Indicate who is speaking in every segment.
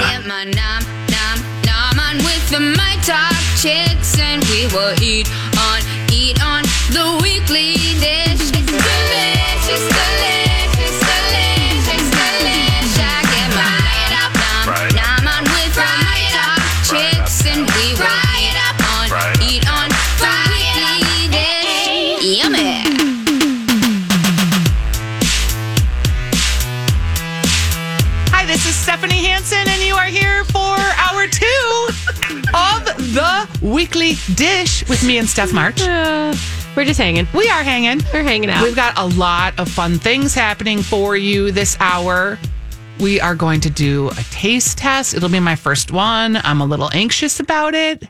Speaker 1: Ramen, nam, nam, naman with the My Talk chicks, and we will eat on, eat on the weekly dish. It's delicious, delicious, delicious, delicious. I get my light up, nam,
Speaker 2: Right.
Speaker 1: naman with the My Talk chicks, and we will eat on,
Speaker 2: Right.
Speaker 1: eat on the weekly dish. Yummy.
Speaker 3: Hi, this is Stephanie Hansen, and you are here for hour two of the weekly dish with me and Steph March.
Speaker 4: Uh, we're just hanging.
Speaker 3: We are hanging.
Speaker 4: We're hanging out.
Speaker 3: We've got a lot of fun things happening for you this hour. We are going to do a taste test. It'll be my first one. I'm a little anxious about it.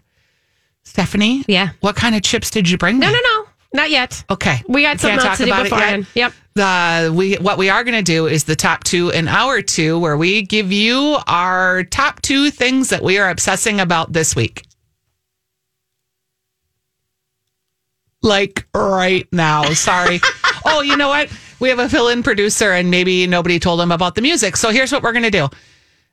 Speaker 3: Stephanie?
Speaker 4: Yeah.
Speaker 3: What kind of chips did you bring?
Speaker 4: no, no, no, not yet.
Speaker 3: Okay.
Speaker 4: We got something
Speaker 3: Can't talk
Speaker 4: else to do
Speaker 3: about it yet.
Speaker 4: beforehand. Yep.
Speaker 3: The we what we are going to do is the top two in hour two, where we give you our top two things that we are obsessing about this week. Like right now. Sorry. oh, you know what? We have a fill-in producer, and maybe nobody told him about the music. So here's what we're going to do.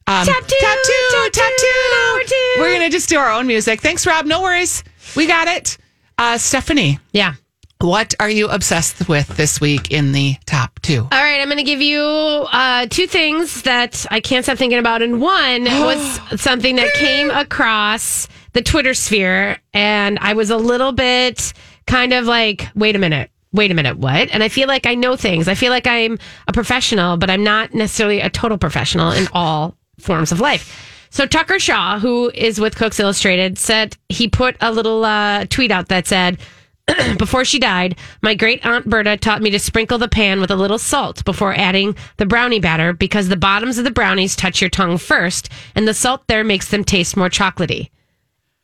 Speaker 3: Um,
Speaker 4: Top two,
Speaker 3: top two,
Speaker 4: top
Speaker 3: top
Speaker 4: two,
Speaker 3: two.
Speaker 4: number two.
Speaker 3: We're gonna just do our own music. Thanks, Rob. No worries. We got it. Uh, Stephanie,
Speaker 4: Yeah.
Speaker 3: what are you obsessed with this week in the top two?
Speaker 4: All right, I'm going to give you uh, two things that I can't stop thinking about. And one was something that came across the Twitter sphere. And I was a little bit kind of like, wait a minute, wait a minute, what? And I feel like I know things. I feel like I'm a professional, but I'm not necessarily a total professional in all forms of life. So Tucker Shaw, who is with Cooks Illustrated, said he put a little uh, tweet out that said, before she died, my great aunt Berta taught me to sprinkle the pan with a little salt before adding the brownie batter because the bottoms of the brownies touch your tongue first, and the salt there makes them taste more chocolatey.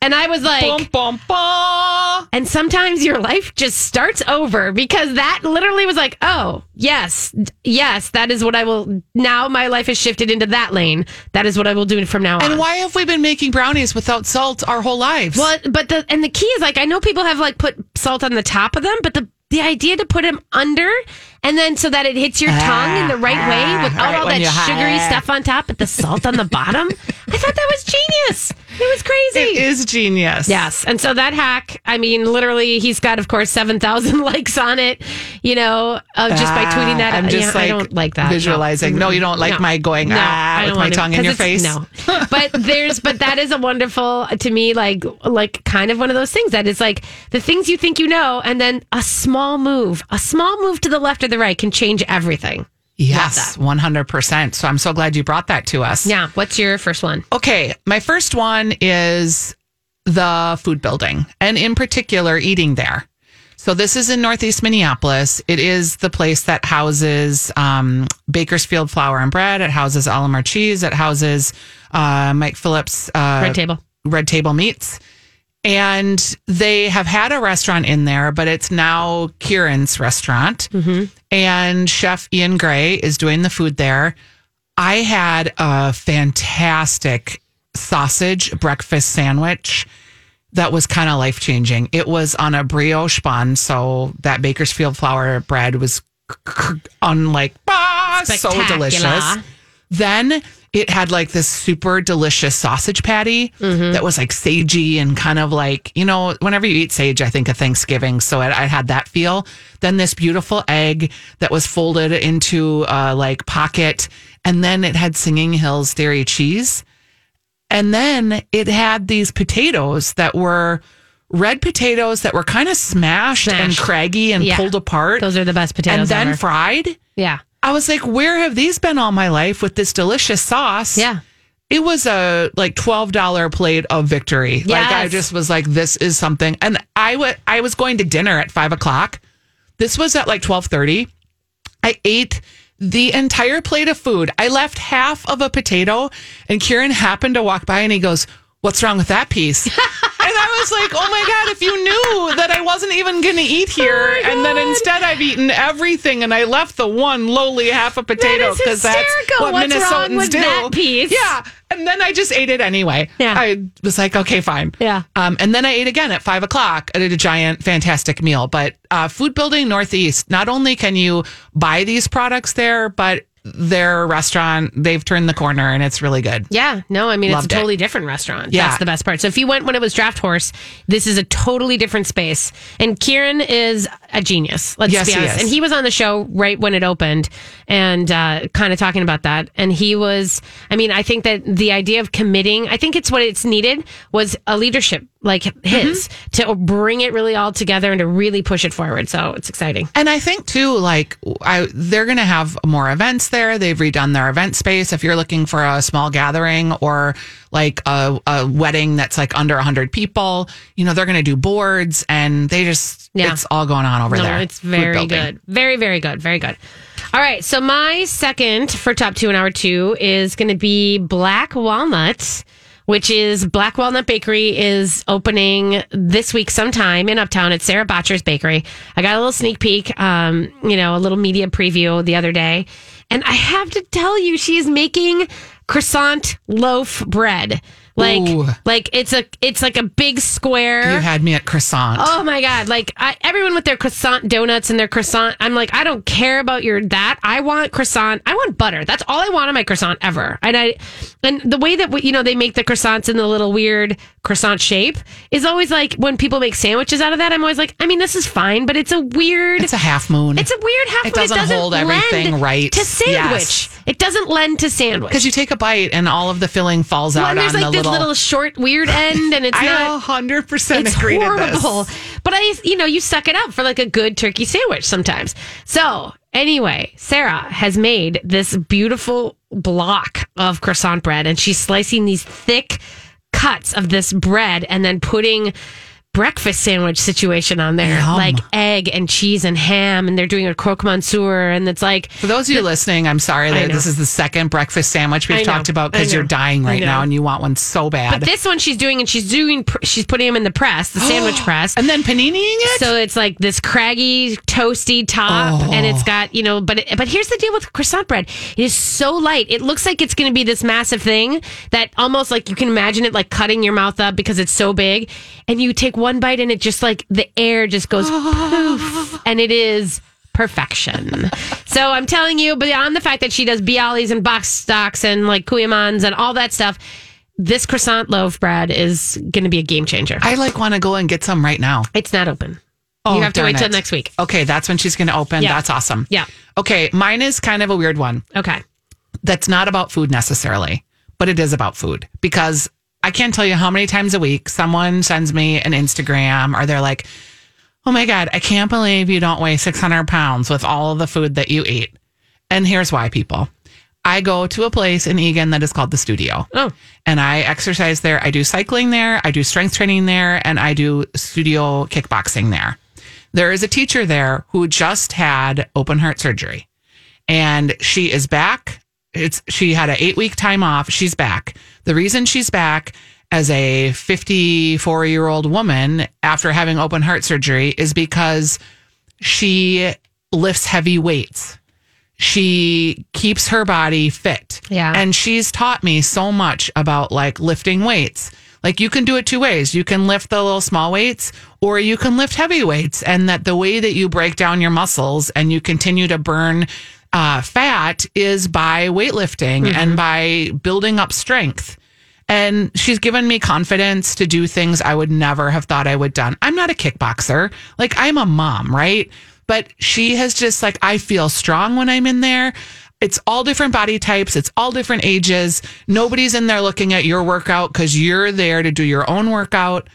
Speaker 4: And I was like,
Speaker 3: Bum, bum, bum.
Speaker 4: and sometimes your life just starts over because that literally was like, oh, yes, d- yes, that is what I will. Now my life has shifted into that lane. That is what I will do from now on.
Speaker 3: And why have we been making brownies without salt our whole lives?
Speaker 4: Well, but the and the key is like I know people have like put salt on the top of them, but the the idea to put them under and then so that it hits your tongue in the right way without
Speaker 3: Ah, right,
Speaker 4: all
Speaker 3: when
Speaker 4: that
Speaker 3: you're high.
Speaker 4: sugary stuff on top, but the salt on the bottom. I thought that was genius. It was crazy.
Speaker 3: it is genius.
Speaker 4: Yes. And so that hack, I mean, literally, he's got, of course, 7,000 likes on it, you know, uh, just by
Speaker 3: Ah,
Speaker 4: tweeting that.
Speaker 3: I'm
Speaker 4: Yeah,
Speaker 3: just like
Speaker 4: I don't like that. no.
Speaker 3: visualizing. No, you don't like my going, "Ah,"
Speaker 4: I
Speaker 3: with
Speaker 4: don't
Speaker 3: my
Speaker 4: want to-
Speaker 3: tongue in
Speaker 4: 'cause
Speaker 3: your
Speaker 4: it's-
Speaker 3: face.
Speaker 4: No. But there's, but that is a wonderful, to me, like, like kind of one of those things that is like the things you think you know, and then a small move, a small move to the left or the right can change everything.
Speaker 3: Yes, 100%. So I'm so glad you brought that to us.
Speaker 4: Yeah. What's your first one?
Speaker 3: Okay, my first one is the food building, and in particular, eating there. So this is in Northeast Minneapolis. It is the place that houses um, Bakersfield Flour and Bread. It houses Alamar Cheese. It houses uh, Mike Phillips uh,
Speaker 4: Red table.
Speaker 3: Red Table Meats. And they have had a restaurant in there, but it's now Kieran's restaurant. And Chef Ian Gray is doing the food there. I had a fantastic sausage breakfast sandwich that was kind of life changing. It was on a brioche bun. So that Bakersfield flour bread was unlike, ah, so
Speaker 4: Spectacular.
Speaker 3: delicious then it had like this super delicious sausage patty
Speaker 4: Mm-hmm.
Speaker 3: that was like sagey and kind of like you know whenever you eat sage i think of thanksgiving so i, I had that feel then this beautiful egg that was folded into uh, like pocket and then it had singing hills dairy cheese and then it had these potatoes that were red potatoes that were kind of smashed, and
Speaker 4: Smashed.
Speaker 3: craggy and
Speaker 4: Yeah.
Speaker 3: pulled apart
Speaker 4: Those are the best potatoes.
Speaker 3: and then
Speaker 4: ever.
Speaker 3: fried
Speaker 4: yeah.
Speaker 3: I was like, where have these been all my life with this delicious sauce?
Speaker 4: Yeah.
Speaker 3: It was a like twelve dollar plate of victory. Like I
Speaker 4: Yes.
Speaker 3: just was like, this is something. And I wa- I was going to dinner at five o'clock. This was at like twelve thirty. I ate the entire plate of food. I left half of a potato, and Kieran happened to walk by and he goes, What's wrong with that piece? and I was like, Oh my God, if you knew that I wasn't even going to eat
Speaker 4: Oh
Speaker 3: here, and then instead I've eaten everything and I left the one lowly half a potato
Speaker 4: is
Speaker 3: that's
Speaker 4: hysterical.
Speaker 3: what
Speaker 4: What's
Speaker 3: Minnesotans
Speaker 4: wrong with
Speaker 3: do.
Speaker 4: that piece?
Speaker 3: Yeah. And then I just ate it anyway.
Speaker 4: Yeah.
Speaker 3: I was like, okay, fine.
Speaker 4: Yeah.
Speaker 3: Um, and then I ate again at five o'clock. I did a giant, fantastic meal. But uh, Food Building Northeast, not only can you buy these products there, but their restaurant, they've turned the corner and it's really good.
Speaker 4: Yeah, no, I mean
Speaker 3: Loved
Speaker 4: it's
Speaker 3: it.
Speaker 4: a totally different restaurant.
Speaker 3: Yeah.
Speaker 4: That's the best part. So if you went when it was Draft Horse, this is a totally different space. And Kieran is a genius. Let's
Speaker 3: Yes,
Speaker 4: be
Speaker 3: he
Speaker 4: honest.
Speaker 3: is.
Speaker 4: And he was on the show right when it opened, and uh, kind of talking about that. And he was, I mean, I think that the idea of committing, I think it's what it's needed was a leadership like his
Speaker 3: Mm-hmm.
Speaker 4: to bring it really all together and to really push it forward. So it's exciting.
Speaker 3: And I think too, like I, they're going to have more events there. They've redone their event space. If you're looking for a small gathering or like a, a wedding that's like under 100 people, you know, they're going to do boards and they just,
Speaker 4: Yeah.
Speaker 3: it's all going on over
Speaker 4: no,
Speaker 3: there.
Speaker 4: it's
Speaker 3: Food
Speaker 4: very
Speaker 3: building.
Speaker 4: good. Very, very good. Very good. All right. So my second for top two in hour two is going to be Black Walnut, which is Black Walnut Bakery is opening this week sometime in Uptown at Sarah Botcher's Bakery. I got a little sneak peek, um, you know, a little media preview the other day. And I have to tell you, she is making croissant loaf bread. Like,
Speaker 3: Ooh.
Speaker 4: like it's a, it's like a big square.
Speaker 3: You had me at croissant.
Speaker 4: Oh my god! Like I, everyone with their croissant donuts and their croissant, I'm like, I don't care about your that. I want croissant. I want butter. That's all I want on my croissant ever. And I, and the way that we, you know they make the croissants in the little weird croissant shape is always like when people make sandwiches out of that. I'm always like, I mean, this is fine, but it's a weird.
Speaker 3: It's a half moon.
Speaker 4: It's a weird half.
Speaker 3: It
Speaker 4: moon.
Speaker 3: doesn't hold
Speaker 4: lend
Speaker 3: everything right.
Speaker 4: to sandwich.
Speaker 3: Yes.
Speaker 4: It doesn't lend to sandwich.
Speaker 3: because you take a bite and all of the filling falls
Speaker 4: Well,
Speaker 3: out
Speaker 4: and
Speaker 3: on
Speaker 4: there's like
Speaker 3: the
Speaker 4: this little,
Speaker 3: little.
Speaker 4: short weird end, and it's not.
Speaker 3: I 100%
Speaker 4: it's
Speaker 3: agree
Speaker 4: horrible.
Speaker 3: to this.
Speaker 4: But I, you know, you suck it up for like a good turkey sandwich sometimes. So anyway, Sarah has made this beautiful block of croissant bread, and she's slicing these thick cuts of this bread and then putting breakfast sandwich situation on there
Speaker 3: Yum.
Speaker 4: like egg and cheese and ham and they're doing a croque monsieur and it's like
Speaker 3: For those of you listening, I'm sorry that
Speaker 4: know.
Speaker 3: this is the second breakfast sandwich
Speaker 4: I
Speaker 3: we've
Speaker 4: know.
Speaker 3: talked about because
Speaker 4: I
Speaker 3: you're
Speaker 4: know.
Speaker 3: dying
Speaker 4: I
Speaker 3: right
Speaker 4: know.
Speaker 3: now and you want one so bad.
Speaker 4: but this one she's doing and she's doing pr- she's putting them in the press the sandwich press
Speaker 3: and then panining it?
Speaker 4: So it's like this craggy, toasty top, and it's got you know. But but here's the deal with croissant bread: it is so light. It looks like it's going to be this massive thing that almost like you can imagine it like cutting your mouth up because it's so big, and you take one bite and it just like the air just goes poof, and it is. Perfection. so I'm telling you, beyond the fact that she does Bialys and box stocks and like Kuyamans and all that stuff, this croissant loaf bread is going to be a game changer.
Speaker 3: I like want to go and get some right now.
Speaker 4: It's not open.
Speaker 3: Oh,
Speaker 4: you have to
Speaker 3: darn
Speaker 4: wait till
Speaker 3: it.
Speaker 4: next week.
Speaker 3: Okay, that's when she's going to open.
Speaker 4: Yeah.
Speaker 3: That's awesome.
Speaker 4: Yeah.
Speaker 3: Okay, mine is kind of a weird one.
Speaker 4: Okay.
Speaker 3: That's not about food necessarily, but it is about food because I can't tell you how many times a week someone sends me an Instagram or they're like, "Oh my god, I can't believe you don't weigh 600 pounds with all of the food that you eat." And here's why, people. I go to a place in Egan that is called the Studio.
Speaker 4: Oh.
Speaker 3: and I exercise there. I do cycling there. I do strength training there and I do studio kickboxing there. There is a teacher there who just had open heart surgery and she is back. It's, she had an eight week time off. She's back. The reason she's back as a 54 year old woman after having open heart surgery is because she lifts heavy weights. She keeps her body fit.
Speaker 4: Yeah.
Speaker 3: And she's taught me so much about like lifting weights. Like you can do it two ways. You can lift the little small weights or you can lift heavy weights. And that the way that you break down your muscles and you continue to burn uh, fat is by weightlifting and by building up strength. And she's given me confidence to do things I would never have thought I would done. I'm not a kickboxer. Like I'm a mom, right? But she has just like I feel strong when I'm in there. It's all different body types, it's all different ages. Nobody's in there looking at your workout cuz you're there to do your own workout.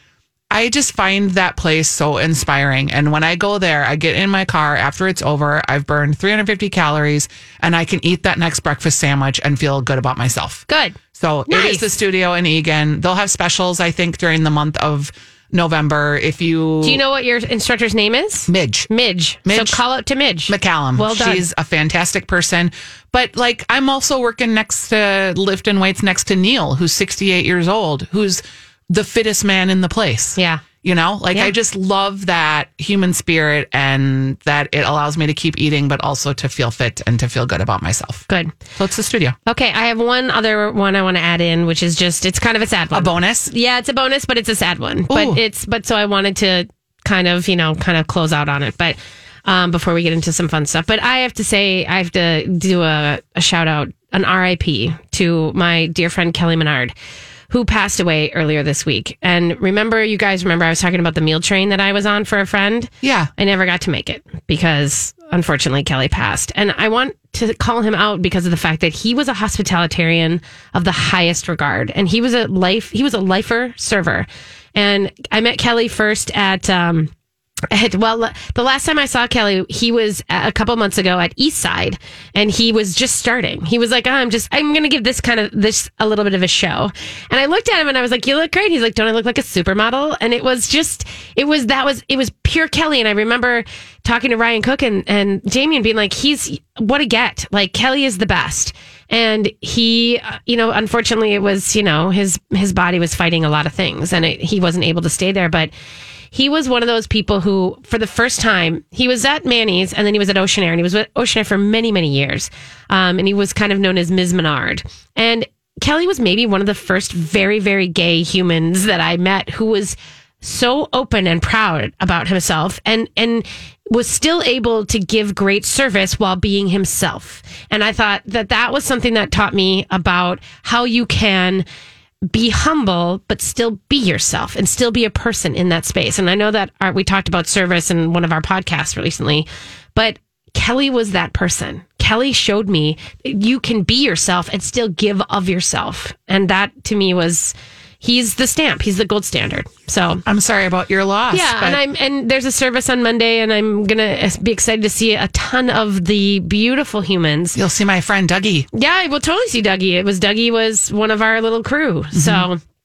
Speaker 3: I just find that place so inspiring. And when I go there, I get in my car after it's over. I've burned 350 calories and I can eat that next breakfast sandwich and feel good about myself.
Speaker 4: Good.
Speaker 3: So it is
Speaker 4: Nice.
Speaker 3: the studio in Egan. They'll have specials, I think, during the month of November. If you,
Speaker 4: Do you know what your instructor's name is?
Speaker 3: Midge
Speaker 4: Midge.
Speaker 3: Midge.
Speaker 4: So call out to Midge.
Speaker 3: McCallum,
Speaker 4: Well done.
Speaker 3: she's a fantastic person. But like, I'm also working next to lifting weights next to Neil, who's 68 years old, who's the fittest man in the place.
Speaker 4: Yeah.
Speaker 3: You know, like
Speaker 4: Yeah.
Speaker 3: I just love that human spirit and that it allows me to keep eating, but also to feel fit and to feel good about myself.
Speaker 4: Good.
Speaker 3: So it's the studio.
Speaker 4: Okay. I have one other one I want to add in, which is just, it's kind of a sad one.
Speaker 3: A bonus.
Speaker 4: yeah, it's a bonus, but it's a sad one. But
Speaker 3: Ooh.
Speaker 4: it's, but so I wanted to kind of, you know, kind of close out on it. But um, before we get into some fun stuff. But I have to say, I have to do a, a shout out, an RIP to my dear friend Kelly Menard, who passed away earlier this week. And remember, you guys remember I was talking about the meal train that I was on for a friend?
Speaker 3: Yeah.
Speaker 4: I never got to make it because unfortunately Kelly passed. And I want to call him out because of the fact that he was a hospitalitarian of the highest regard and he was a life he was a lifer server. And I met Kelly first at um at- well, the last time I saw Kelly, he was a couple months ago at Eastside, and he was just starting. He was like, oh, "I'm just, I'm going to give this kind of this a little bit of a show." And I looked at him and I was like, "You look great." He's like, "Don't I look like a supermodel?" And it was just, it was that was it was pure Kelly. And I remember talking to Ryan Cook and and Jamie and being like, "He's what a get! Like Kelly is the best." and he uh, you know unfortunately it was you know his his body was fighting a lot of things and it, he wasn't able to stay there but he was one of those people who for the first time he was at manny's and then he was at ocean air and he was with ocean air for many many years um, and he was kind of known as ms menard and kelly was maybe one of the first very very gay humans that i met who was so open and proud about himself and and was still able to give great service while being himself and i thought that that was something that taught me about how you can be humble but still be yourself and still be a person in that space and i know that our, we talked about service in one of our podcasts recently but Kelly was that person. Kelly showed me you can be yourself and still give of yourself. And that to me was he's the stamp. He's the gold standard. So
Speaker 3: I'm sorry about your loss.
Speaker 4: yeah,
Speaker 3: but
Speaker 4: and I'm and there's a service on Monday and I'm gonna be excited to see a ton of the beautiful humans.
Speaker 3: you'll see my friend Dougie.
Speaker 4: Yeah, I will totally see Dougie. It was Dougie was one of our little crew.
Speaker 3: Mm-hmm.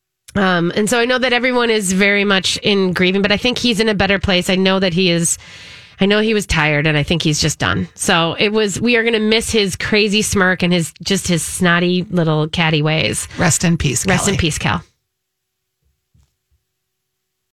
Speaker 4: So um and so I know that everyone is very much in grieving, but I think he's in a better place. I know that he is I know he was tired and I think he's just done. So it was we are gonna miss his crazy smirk and his just his snotty little catty ways.
Speaker 3: Rest in peace.
Speaker 4: Rest
Speaker 3: Kelly.
Speaker 4: in peace, Cal.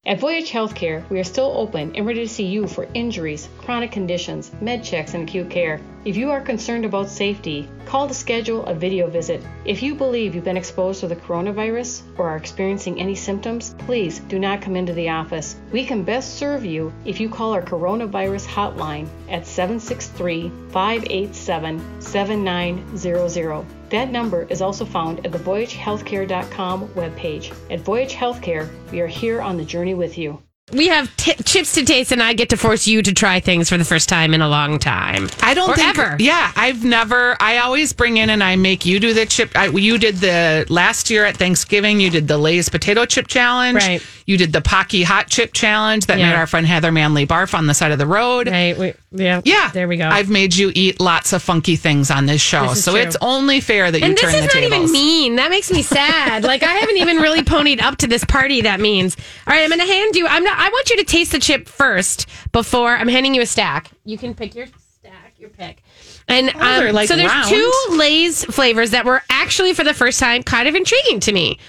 Speaker 2: At Voyage Healthcare, we are still open and ready to see you for injuries, chronic conditions, med checks, and acute care. If you are concerned about safety, call to schedule a video visit. If you believe you've been exposed to the coronavirus or are experiencing any symptoms, please do not come into the office. We can best serve you if you call our coronavirus hotline at 763 587 7900. That number is also found at the voyagehealthcare.com webpage. At Voyage Healthcare, we are here on the journey with you.
Speaker 4: We have t- chips to taste, and I get to force you to try things for the first time in a long time.
Speaker 3: I don't
Speaker 4: Or
Speaker 3: think.
Speaker 4: ever.
Speaker 3: Yeah, I've never. I always bring in and I make you do the chip. I, you did the last year at Thanksgiving. You did the Lay's potato chip challenge.
Speaker 4: Right.
Speaker 3: You did the Pocky hot chip challenge that
Speaker 4: Yeah.
Speaker 3: made our friend Heather Manley barf on the side of the road.
Speaker 4: Right? We, yeah.
Speaker 3: Yeah,
Speaker 4: There we go.
Speaker 3: I've made you eat lots of funky things on this show,
Speaker 4: This is
Speaker 3: so
Speaker 4: true.
Speaker 3: it's only fair that you
Speaker 4: and this
Speaker 3: turn
Speaker 4: is
Speaker 3: the
Speaker 4: not
Speaker 3: tables.
Speaker 4: even mean. That makes me sad. like I haven't even really ponied up to this party. That means. All right, I'm going to hand you. I'm not. I want you to taste the chip first before I'm handing you a stack. You can pick your stack, your pick. And um,
Speaker 3: they're, like,
Speaker 4: so there's
Speaker 3: round.
Speaker 4: two Lay's flavors that were actually for the first time kind of intriguing to me.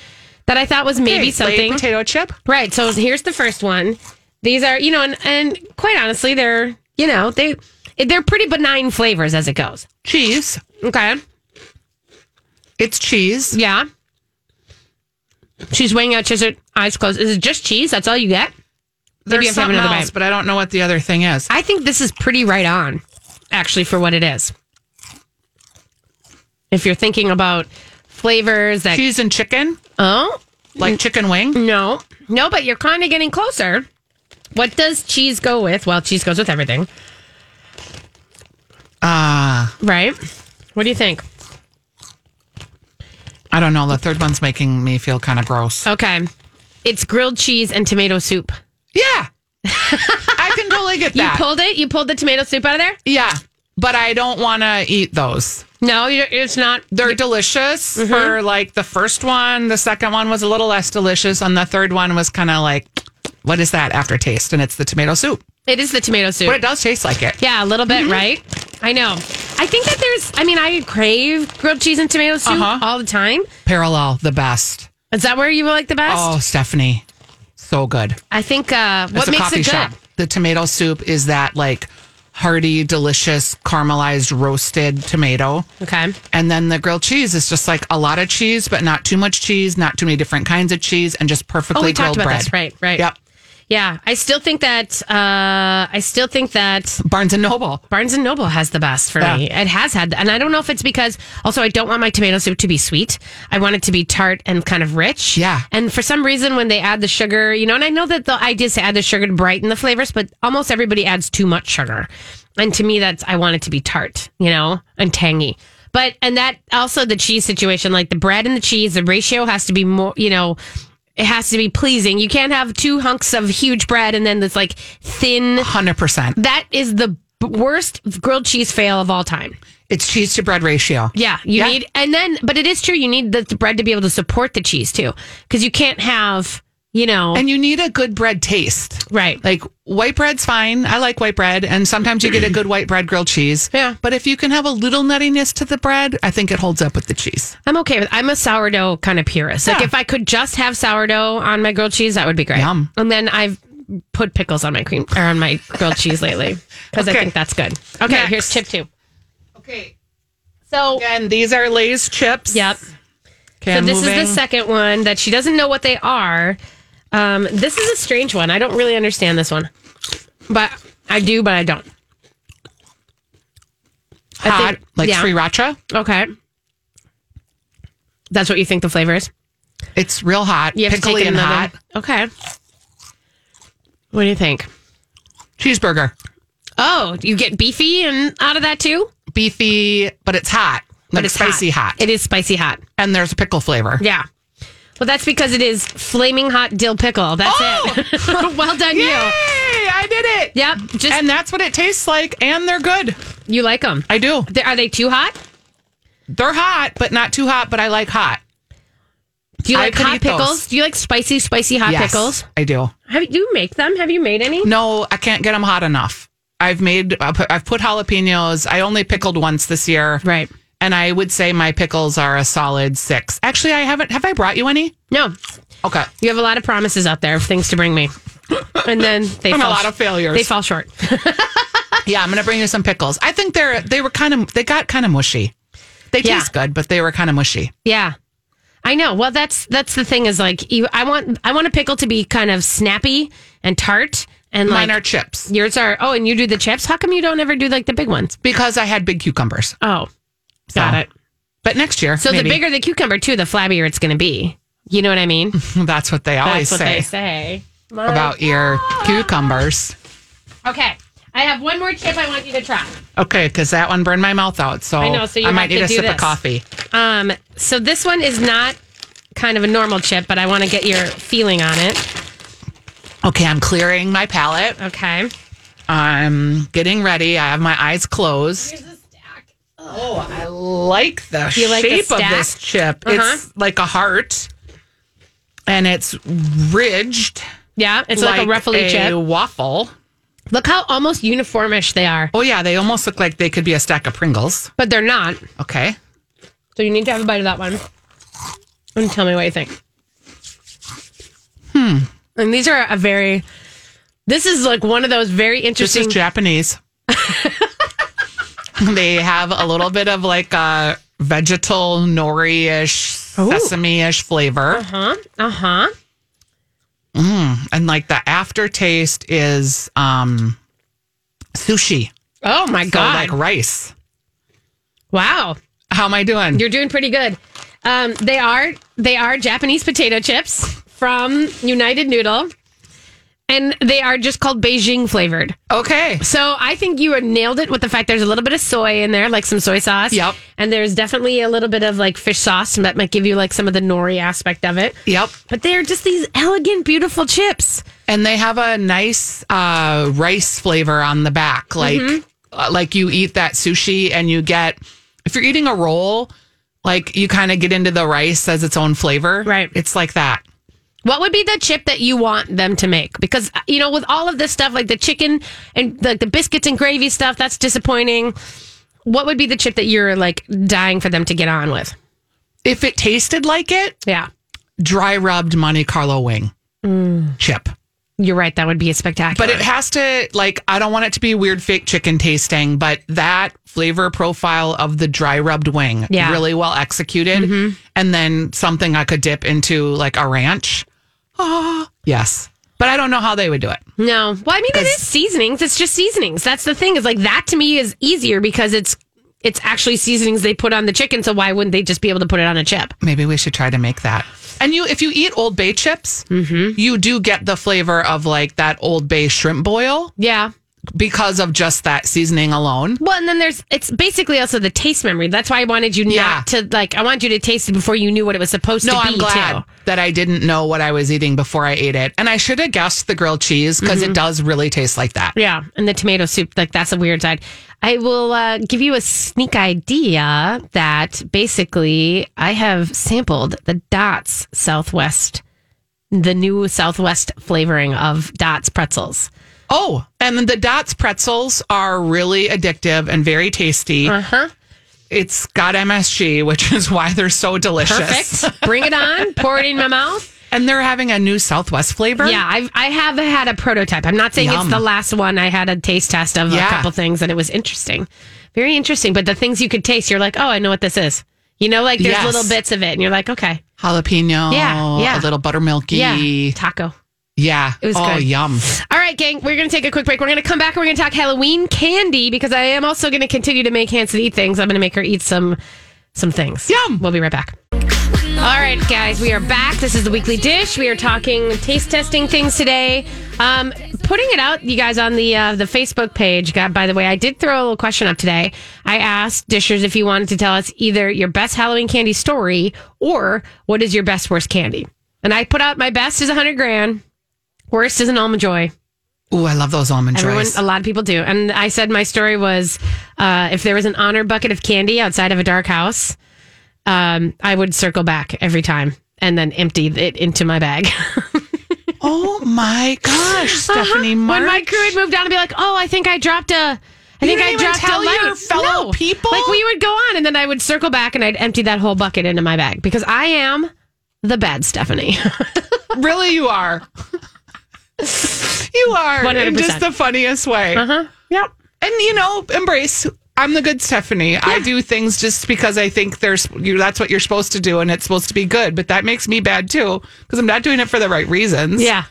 Speaker 4: That I thought was
Speaker 3: Okay,
Speaker 4: maybe
Speaker 3: Lay's
Speaker 4: something.
Speaker 3: potato chip.
Speaker 4: Right. So here's the first one. These are, you know, and, and quite honestly, they're, you know, they they're pretty benign flavors as it goes.
Speaker 3: Cheese.
Speaker 4: Okay.
Speaker 3: It's cheese.
Speaker 4: Yeah. She's weighing out just her eyes closed. Is it just cheese? That's all you get?
Speaker 3: There's
Speaker 4: you have to have
Speaker 3: something
Speaker 4: another
Speaker 3: else,
Speaker 4: bite.
Speaker 3: but I don't know what the other thing is.
Speaker 4: I think this is pretty right on, actually, for what it is. If you're thinking about flavors that
Speaker 3: Cheese and chicken,
Speaker 4: oh
Speaker 3: like chicken wing.
Speaker 4: no no, but you're kind of getting closer. What does cheese go with? Well, cheese goes with everything,
Speaker 3: Ah.
Speaker 4: right? What do you think?
Speaker 3: I don't know. The third one's making me feel kind of gross.
Speaker 4: Okay. It's grilled cheese and tomato soup.
Speaker 3: Yeah. I can totally get
Speaker 4: You
Speaker 3: that.
Speaker 4: pulled it? You pulled the tomato soup out of there?
Speaker 3: yeah. But I don't want to eat those.
Speaker 4: No, you- it's not.
Speaker 3: They're delicious
Speaker 4: Mm-hmm.
Speaker 3: for like the first one. The second one was a little less delicious. And the third one was kind of like, what is that aftertaste? And it's the tomato soup.
Speaker 4: It is the tomato soup.
Speaker 3: But it does taste like it.
Speaker 4: Yeah, a little
Speaker 3: Mm-hmm.
Speaker 4: bit, right? I know. I think that there's, I mean, I crave grilled cheese and tomato soup
Speaker 3: Uh-huh.
Speaker 4: all the time.
Speaker 3: Parallel, the best.
Speaker 4: Is that where you like the best?
Speaker 3: Oh, Stephanie. So good.
Speaker 4: I think uh, what
Speaker 3: It's a
Speaker 4: makes
Speaker 3: coffee
Speaker 4: it good?
Speaker 3: shop. The tomato soup is that like hearty, delicious, caramelized, roasted tomato.
Speaker 4: Okay.
Speaker 3: And then the grilled cheese is just like a lot of cheese, but not too much cheese, not too many different kinds of cheese, and just perfectly
Speaker 4: Oh, we
Speaker 3: grilled
Speaker 4: talked about
Speaker 3: bread.
Speaker 4: this. Right, right.
Speaker 3: Yep.
Speaker 4: Yeah, I still think that uh, I still think that
Speaker 3: Barnes and Noble.
Speaker 4: Barnes and Noble has the best for me. It has had, and I don't know if it's because also I don't want my tomato soup to be sweet. I want it to be tart and kind of rich.
Speaker 3: Yeah.
Speaker 4: And for some reason, when they add the sugar, you know, and I know that the idea is to add the sugar to brighten the flavors, but almost everybody adds too much sugar, and to me, that's I want it to be tart, you know, and tangy. But and that also the cheese situation, like the bread and the cheese, the ratio has to be more, you know. It has to be pleasing. You can't have two hunks of huge bread and then this like thin
Speaker 3: 100%.
Speaker 4: that is the b- worst grilled cheese fail of all time.
Speaker 3: It's cheese to bread ratio.
Speaker 4: Yeah, you
Speaker 3: Yeah.
Speaker 4: need and then but it is true you need the, the bread to be able to support the cheese too cuz you can't have, you know,
Speaker 3: And you need a good bread taste.
Speaker 4: right.
Speaker 3: Like white bread's fine. I like white bread. And sometimes you get a good white bread grilled cheese.
Speaker 4: Yeah.
Speaker 3: But if you can have a little nuttiness to the bread, I think it holds up with the cheese.
Speaker 4: I'm okay with I'm a sourdough kind of purist. Like
Speaker 3: Yeah.
Speaker 4: if I could just have sourdough on my grilled cheese that would be great.
Speaker 3: Yum.
Speaker 4: And then I've put pickles on my cream or on my grilled cheese lately cuz I
Speaker 3: Okay.
Speaker 4: think that's good. Okay, here's
Speaker 3: Next.
Speaker 4: tip 2.
Speaker 3: Okay.
Speaker 4: So
Speaker 3: Again, these are Lay's chips.
Speaker 4: Yep.
Speaker 3: Okay,
Speaker 4: So
Speaker 3: I'm
Speaker 4: this
Speaker 3: moving.
Speaker 4: is the second one that she doesn't know what they are. Um, this is a strange one. I don't really understand this one, but I do, but I don't. I
Speaker 3: hot,
Speaker 4: think-
Speaker 3: like
Speaker 4: yeah.
Speaker 3: sriracha.
Speaker 4: Okay, that's what you think the flavor is.
Speaker 3: It's real hot,
Speaker 4: You have
Speaker 3: pickly
Speaker 4: to take
Speaker 3: and
Speaker 4: another.
Speaker 3: hot.
Speaker 4: Okay. What do you think?
Speaker 3: Cheeseburger,
Speaker 4: Oh, you get beefy and out of that too,
Speaker 3: beefy, but it's hot,
Speaker 4: but
Speaker 3: like spicy hot.
Speaker 4: It is spicy hot.
Speaker 3: and there's a pickle flavor.
Speaker 4: Yeah. Well, that's because it is flaming hot dill pickle. That's it. well
Speaker 3: Oh!
Speaker 4: done,
Speaker 3: Yay!
Speaker 4: you.
Speaker 3: I did it.
Speaker 4: Yep. Just
Speaker 3: And that's what it tastes like, and they're good.
Speaker 4: you like them.
Speaker 3: I do.
Speaker 4: They- Are they too hot?
Speaker 3: They're hot, but not too hot. But I like hot
Speaker 4: Do you
Speaker 3: I
Speaker 4: like
Speaker 3: could
Speaker 4: hot
Speaker 3: eat those.
Speaker 4: pickles? Do you like spicy, spicy hot
Speaker 3: Yes,
Speaker 4: pickles?
Speaker 3: I do.
Speaker 4: Have you- do you make them? Have you made any?
Speaker 3: No, I can't get them hot enough. I've made. I put- I've put jalapenos. I only pickled once this year,
Speaker 4: Right.
Speaker 3: and I would say my pickles are a solid six. Actually, I haven't. Have I brought you any?
Speaker 4: No.
Speaker 3: Okay.
Speaker 4: You have a lot of promises out there of things to bring me, and then they
Speaker 3: And a
Speaker 4: fall
Speaker 3: lot of failures.
Speaker 4: They fall short.
Speaker 3: Yeah, I'm gonna bring you some pickles. I think they're they were kind of they got kind of mushy. They
Speaker 4: Yeah.
Speaker 3: taste good, but they were kind of mushy.
Speaker 4: yeah. I know. Well, that's that's the thing is like you, I want I want a pickle to be kind of snappy and tart and
Speaker 3: Mine
Speaker 4: like
Speaker 3: are chips
Speaker 4: yours are. Oh, and you do the chips. How come you don't ever do like the big ones?
Speaker 3: because I had big cucumbers.
Speaker 4: Oh, got
Speaker 3: So,
Speaker 4: it.
Speaker 3: But next year,
Speaker 4: So
Speaker 3: maybe.
Speaker 4: the bigger the cucumber, too, the flabbier it's going to be. You know what I mean?
Speaker 3: that's what they always
Speaker 4: That's what
Speaker 3: say,
Speaker 4: they say.
Speaker 3: about your cucumbers.
Speaker 4: Okay. I have one more chip I want you to try.
Speaker 3: Okay, because that one burned my mouth out, so I,
Speaker 4: know, so you have
Speaker 3: might
Speaker 4: to
Speaker 3: need a
Speaker 4: do
Speaker 3: sip of
Speaker 4: this.
Speaker 3: coffee.
Speaker 4: Um, so this one is not kind of a normal chip, but I want to get your feeling on it.
Speaker 3: Okay, I'm clearing my palate.
Speaker 4: Okay.
Speaker 3: I'm getting ready. I have my eyes closed. Oh, I like the
Speaker 4: You like the
Speaker 3: shape of
Speaker 4: stack?
Speaker 3: this chip.
Speaker 4: Uh-huh.
Speaker 3: It's like a heart, and it's ridged.
Speaker 4: Yeah, it's like, a ruffly chip.
Speaker 3: waffle.
Speaker 4: Look how almost uniformish they are,
Speaker 3: Oh yeah, they almost look like they could be a stack of Pringles.
Speaker 4: but they're not.
Speaker 3: Okay.
Speaker 4: So you need to have a bite of that one. And tell me what you think. Hmm.
Speaker 3: Hmm.
Speaker 4: And these are a very this is like one of those very
Speaker 3: This is
Speaker 4: interesting
Speaker 3: Japanese. they have a little bit of like a vegetal nori-ish, sesame-ish flavor.
Speaker 4: Huh? Uh-huh.
Speaker 3: And like the aftertaste is um sushi.
Speaker 4: Oh my
Speaker 3: So
Speaker 4: god.
Speaker 3: like rice.
Speaker 4: wow.
Speaker 3: How am I doing?
Speaker 4: You're doing pretty good. Um, they are they are Japanese potato chips from United Noodle, and they are just called Beijing flavored.
Speaker 3: okay.
Speaker 4: So I think you nailed it with the fact there's a little bit of soy in there, like some soy sauce.
Speaker 3: Yep.
Speaker 4: And there's definitely a little bit of like fish sauce and that might give you like some of the nori aspect of it.
Speaker 3: Yep.
Speaker 4: But they are just these elegant, beautiful chips.
Speaker 3: And they have a nice uh, rice flavor on the back, like uh, like you eat that sushi and you get if you're eating a roll, like you kind of get into the rice as its own flavor.
Speaker 4: Right.
Speaker 3: It's like that.
Speaker 4: What would be the chip that you want them to make? Because uh, you know, with all of this stuff, like the chicken and like the biscuits and gravy stuff, that's disappointing. What would be the chip that you're like dying for them to get on with?
Speaker 3: If it tasted like it,
Speaker 4: Yeah,
Speaker 3: dry rubbed Monte Carlo wing chip.
Speaker 4: you're right. That would be spectacular.
Speaker 3: But it has to like I don't want it to be weird fake chicken tasting, but that flavor profile of the dry rubbed wing
Speaker 4: Yeah.
Speaker 3: really well executed, and then something I could dip into like a ranch. Ah, yes, But I don't know how they would do it.
Speaker 4: No. Well, I mean, it is seasonings. It's just seasonings. That's the thing. Is like that to me is easier because it's it's actually seasonings they put on the chicken. So why wouldn't they just be able to put it on a chip?
Speaker 3: Maybe we should try to make that. And you, if you eat Old Bay chips, you do get the flavor of like that Old Bay shrimp boil
Speaker 4: Yeah.
Speaker 3: because of just that seasoning alone.
Speaker 4: Well, and then there's it's basically also the taste memory. That's why I wanted you
Speaker 3: Yeah.
Speaker 4: not to like. I wanted you to taste it before you knew what it was supposed
Speaker 3: No,
Speaker 4: to be.
Speaker 3: I'm glad
Speaker 4: Too.
Speaker 3: that I didn't know what I was eating before I ate it. And I should have guessed the grilled cheese because
Speaker 4: Mm-hmm.
Speaker 3: it does really taste like that.
Speaker 4: Yeah, and the tomato soup, like that's a weird side. I will uh, give you a sneak idea that basically I have sampled the Dots Southwest, the new Southwest flavoring of Dots pretzels.
Speaker 3: Oh, and the Dots pretzels are really addictive and very tasty.
Speaker 4: Uh huh.
Speaker 3: It's got MSG, which is why they're so delicious.
Speaker 4: Perfect. Bring it on. Pour it in my mouth.
Speaker 3: And they're having a new Southwest flavor.
Speaker 4: Yeah, I've, I have had a prototype. I'm not saying it's
Speaker 3: Yum.
Speaker 4: the last one. I had a taste test of a
Speaker 3: Yeah.
Speaker 4: couple things, and it was interesting, very interesting. But the things you could taste, you're like, oh, I know what this is. You know, like there's
Speaker 3: Yes.
Speaker 4: little bits of it, and you're like, okay,
Speaker 3: Jalapeno.
Speaker 4: Yeah,
Speaker 3: A
Speaker 4: yeah.
Speaker 3: little buttermilky.
Speaker 4: yeah, taco.
Speaker 3: Yeah.
Speaker 4: It was
Speaker 3: oh,
Speaker 4: good.
Speaker 3: yum.
Speaker 4: All right, gang, we're going to take a quick break. We're going to come back and we're going to talk Halloween candy because I am also going to continue to make Hanson eat things. I'm going to make her eat some some things.
Speaker 3: Yum.
Speaker 4: We'll be right back. All right, guys, we are back. This is the weekly dish. We are talking taste testing things today. Um, putting it out, you guys, on the uh, the Facebook page. God, by the way, I did throw a little question up today. I asked dishers if you wanted to tell us either your best Halloween candy story or what is your best worst candy. And I put out my best is 100 grand. Worst is an almond joy.
Speaker 3: Ooh, I love those almond
Speaker 4: Everyone,
Speaker 3: joys.
Speaker 4: a lot of people do. And I said my story was uh, if there was an honor bucket of candy outside of a dark house, um, I would circle back every time and then empty it into my bag.
Speaker 3: Oh my gosh, Stephanie March.
Speaker 4: Uh-huh. when my crew had moved on and be like, oh, I think I dropped a. I think
Speaker 3: didn't
Speaker 4: I
Speaker 3: even
Speaker 4: dropped
Speaker 3: tell
Speaker 4: a light.
Speaker 3: your fellow
Speaker 4: no.
Speaker 3: people?
Speaker 4: Like we would go on and then I would circle back and I'd empty that whole bucket into my bag because I am the bad Stephanie.
Speaker 3: really, you are. you are in
Speaker 4: 100%.
Speaker 3: just the funniest way.
Speaker 4: huh? Yep.
Speaker 3: And you know, embrace. I'm the good Stephanie. I do things just because I think there's you. That's what you're supposed to do, and it's supposed to be good. But that makes me bad too because I'm not doing it for the right reasons.
Speaker 4: Yeah. Mm-hmm.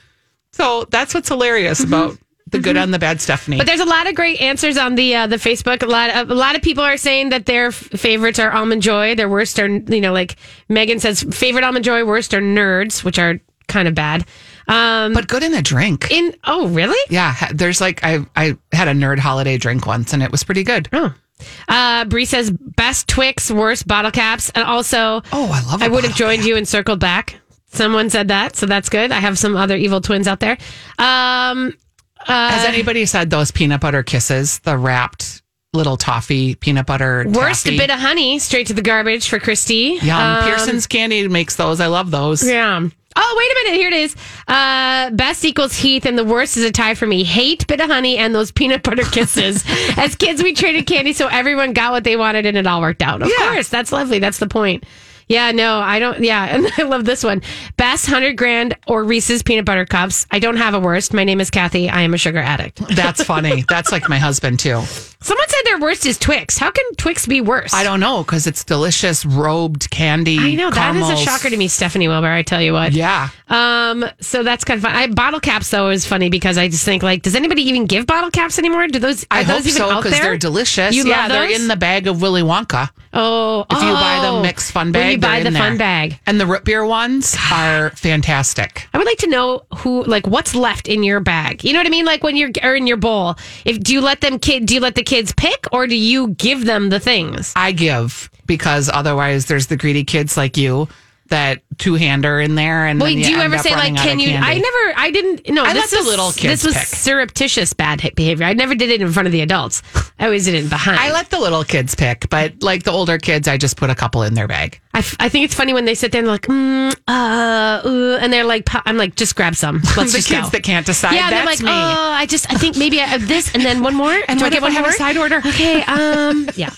Speaker 3: So that's what's hilarious about the good and the bad Stephanie.
Speaker 4: But there's a lot of great answers on the uh, the Facebook. A lot of a lot of people are saying that their f- favorites are almond joy. Their worst are you know like Megan says favorite almond joy. Worst are nerds, which are kind of bad. Um,
Speaker 3: but good in a drink.
Speaker 4: in oh really?
Speaker 3: Yeah, ha- there's like I I had a nerd holiday drink once and it was pretty good.
Speaker 4: Oh. Uh, Bree says best Twix, worst bottle caps, and also
Speaker 3: Oh, I love.
Speaker 4: I
Speaker 3: a
Speaker 4: would
Speaker 3: bottle
Speaker 4: have joined
Speaker 3: cap.
Speaker 4: you and circled back. Someone said that, so that's good. I have some other evil twins out there. Um,
Speaker 3: Has anybody said those peanut butter kisses? The wrapped little toffee peanut butter.
Speaker 4: worst
Speaker 3: taffy?
Speaker 4: bit of honey straight to the garbage for Christy.
Speaker 3: Yum.
Speaker 4: Um,
Speaker 3: Pearson's candy makes those. I love those.
Speaker 4: Yeah. Oh, wait a minute. Here it is. Uh, best equals Heath, and the worst is a tie for me. Hate bit of honey and those peanut butter kisses. As kids, we traded candy, so everyone got what they wanted, and it all worked out. Of
Speaker 3: Yeah.
Speaker 4: course, that's lovely. That's the point. Yeah, no, I don't. Yeah, and I love this one. Best hundred grand or Reese's peanut butter cups. I don't have a worst. My name is Kathy. I am a sugar addict.
Speaker 3: That's funny. That's like my husband too.
Speaker 4: Someone said their worst is Twix. How can Twix be worse?
Speaker 3: I don't know because it's delicious robed candy.
Speaker 4: I know that is
Speaker 3: caramels.
Speaker 4: a shocker to me, Stephanie Wilbur. I tell you what.
Speaker 3: Yeah.
Speaker 4: Um, so that's kind of fun. I, bottle caps though is funny because I just think like, does anybody even give bottle caps anymore? Do those are
Speaker 3: I
Speaker 4: those
Speaker 3: hope
Speaker 4: even
Speaker 3: so
Speaker 4: out
Speaker 3: because
Speaker 4: there?
Speaker 3: they're delicious.
Speaker 4: You
Speaker 3: yeah,
Speaker 4: love
Speaker 3: they're
Speaker 4: those?
Speaker 3: in the bag of Willy Wonka.
Speaker 4: oh,
Speaker 3: If you buy
Speaker 4: oh.
Speaker 3: the mixed fun bag,
Speaker 4: When you buy
Speaker 3: they're
Speaker 4: the
Speaker 3: in
Speaker 4: fun
Speaker 3: there.
Speaker 4: bag.
Speaker 3: and the root beer ones are fantastic.
Speaker 4: I would like to know who, like, what's left in your bag. You know what I mean? Like when you're or in your bowl. If do you let them kid? Do you let the kids pick, or do you give them the things?
Speaker 3: I give because otherwise there's the greedy kids like you that two hander in there and
Speaker 4: Wait,
Speaker 3: then
Speaker 4: do you
Speaker 3: end
Speaker 4: ever
Speaker 3: up
Speaker 4: say
Speaker 3: running
Speaker 4: like,
Speaker 3: out
Speaker 4: can
Speaker 3: of
Speaker 4: you? I
Speaker 3: candy.
Speaker 4: never, I didn't. No,
Speaker 3: I
Speaker 4: this
Speaker 3: let
Speaker 4: was
Speaker 3: the little
Speaker 4: This
Speaker 3: kids
Speaker 4: was
Speaker 3: pick.
Speaker 4: surreptitious bad hit behavior. I never did it in front of the adults. I always did it behind.
Speaker 3: I let the little kids pick, but like the older kids, I just put a couple in their bag.
Speaker 4: I, f- I think it's funny when they sit there and they're like, mm, uh, ooh, and they're like, po- I'm like, just grab some. Let's
Speaker 3: the
Speaker 4: just
Speaker 3: kids
Speaker 4: go.
Speaker 3: that can't decide.
Speaker 4: yeah, they're like,
Speaker 3: that's
Speaker 4: oh,
Speaker 3: me.
Speaker 4: I just, I think maybe I have this and then one more. And
Speaker 3: what if I
Speaker 4: one
Speaker 3: have a
Speaker 4: more?
Speaker 3: side order?
Speaker 4: Okay, um, yeah.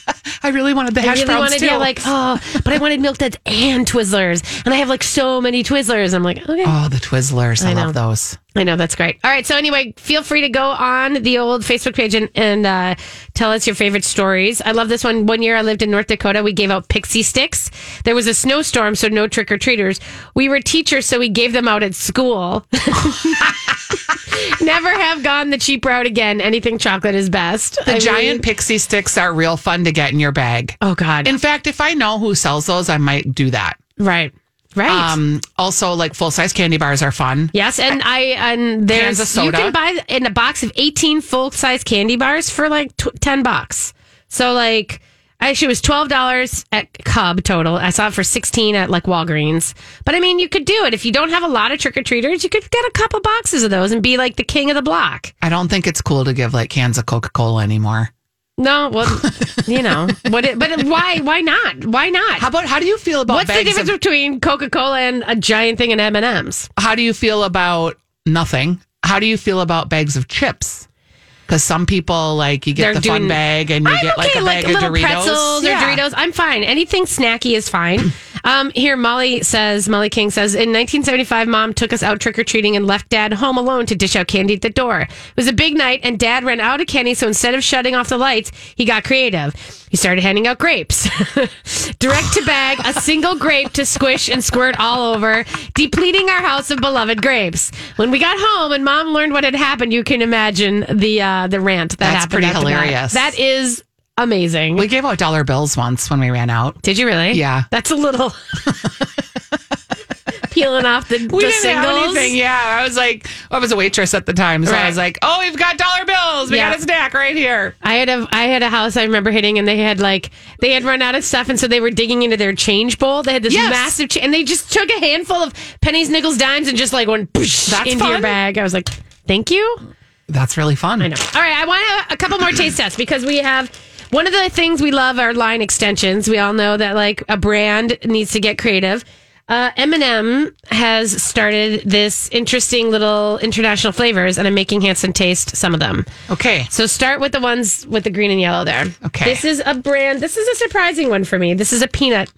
Speaker 3: I really wanted the
Speaker 4: I
Speaker 3: hash
Speaker 4: really
Speaker 3: browns
Speaker 4: wanted,
Speaker 3: too.
Speaker 4: yeah, like, oh, but I wanted milk duds and Twizzlers, and I have like so many Twizzlers. I'm like, okay,
Speaker 3: oh, the Twizzlers. I,
Speaker 4: I
Speaker 3: love
Speaker 4: know.
Speaker 3: those.
Speaker 4: I know that's great. All right, so anyway, feel free to go on the old Facebook page and, and uh, tell us your favorite stories. I love this one. One year I lived in North Dakota. We gave out pixie sticks. There was a snowstorm, so no trick or treaters. We were teachers, so we gave them out at school. Never have gone the cheap route again. Anything chocolate is best.
Speaker 3: The
Speaker 4: I mean-
Speaker 3: giant pixie sticks are real fun to get in your bag.
Speaker 4: oh God.
Speaker 3: In fact, if I know who sells those, I might do that.
Speaker 4: right. Right.
Speaker 3: Um, also, like full size candy bars are fun.
Speaker 4: yes, and I and there's
Speaker 3: Cans of soda.
Speaker 4: you can buy in a box of 18 full size candy bars for like tw- 10 bucks. So like actually it was twelve dollars at Cub total. I saw it for 16 at like Walgreens. But I mean, you could do it if you don't have a lot of trick or treaters. You could get a couple boxes of those and be like the king of the block.
Speaker 3: I don't think it's cool to give like cans of Coca Cola anymore.
Speaker 4: No, well, you know what? It, but why? Why not? Why not?
Speaker 3: How about how do you feel about
Speaker 4: What's the
Speaker 3: bags
Speaker 4: difference
Speaker 3: of-
Speaker 4: between Coca Cola and a giant thing in M and M's?
Speaker 3: how do you feel about nothing? How do you feel about bags of chips? Because some people like you get
Speaker 4: They're
Speaker 3: the
Speaker 4: doing-
Speaker 3: fun bag and you
Speaker 4: I'm
Speaker 3: get like
Speaker 4: okay,
Speaker 3: a
Speaker 4: like
Speaker 3: bag of
Speaker 4: little
Speaker 3: Doritos.
Speaker 4: pretzels
Speaker 3: Yeah.
Speaker 4: or Doritos. I'm fine. Anything snacky is fine. um, here, Molly says, Molly King says, in 1975, mom took us out trick or treating and left dad home alone to dish out candy at the door. It was a big night, and dad ran out of candy, so instead of shutting off the lights, he got creative. He started handing out grapes. Direct to bag, a single grape to squish and squirt all over, depleting our house of beloved grapes. When we got home and mom learned what had happened, you can imagine the uh, the rant that
Speaker 3: That's
Speaker 4: happened.
Speaker 3: pretty
Speaker 4: after that.
Speaker 3: hilarious.
Speaker 4: That is amazing.
Speaker 3: We gave out dollar bills once when we ran out.
Speaker 4: Did you really?
Speaker 3: Yeah.
Speaker 4: That's a little peeling off the,
Speaker 3: We
Speaker 4: the
Speaker 3: didn't
Speaker 4: singles.
Speaker 3: have anything. Yeah, I was like, I was a waitress at the time, so
Speaker 4: Right.
Speaker 3: I was like, oh, we've got dollar bills. We
Speaker 4: Yeah.
Speaker 3: got a snack right here.
Speaker 4: I had a I had a house I remember hitting, and they had like they had run out of stuff, and so they were digging into their change bowl. They had this
Speaker 3: Yes.
Speaker 4: massive, cha- and they just took a handful of pennies, nickels, dimes, and just like went That's into your
Speaker 3: fun.
Speaker 4: bag. I was like, thank you.
Speaker 3: That's really fun. I
Speaker 4: No. All right, I want a, a couple more taste tests because we have one of the things we love are line extensions. We all know that like a brand needs to get creative. Uh, Eminem has started this interesting little international flavors, and I'm making Hanson taste some of them.
Speaker 3: Okay.
Speaker 4: So start with the ones with the green and yellow there.
Speaker 3: Okay.
Speaker 4: This is a brand. This is a surprising one for me. This is a peanut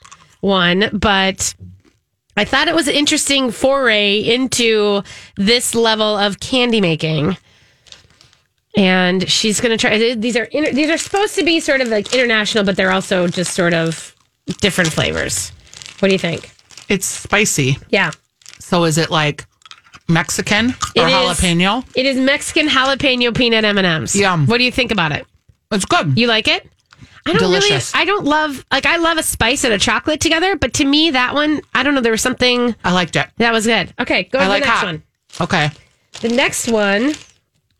Speaker 4: one, but I thought it was an interesting foray into this level of candy making. And she's going to try. These are inter, these are supposed to be sort of like international, but they're also just sort of different flavors. What do you think?
Speaker 3: It's spicy.
Speaker 4: Yeah.
Speaker 3: So is it like Mexican or
Speaker 4: It is-
Speaker 3: jalapeno?
Speaker 4: It is Mexican jalapeno peanut M&Ms.
Speaker 3: Yum.
Speaker 4: What do you think about it?
Speaker 3: It's good.
Speaker 4: You like it? I don't
Speaker 3: Delicious.
Speaker 4: really. I don't love like I love a spice and a chocolate together, but to me that one, I don't know. There was something
Speaker 3: I liked it.
Speaker 4: that was good. Okay, go
Speaker 3: I
Speaker 4: to
Speaker 3: like
Speaker 4: the next
Speaker 3: hot.
Speaker 4: one.
Speaker 3: Okay.
Speaker 4: The next one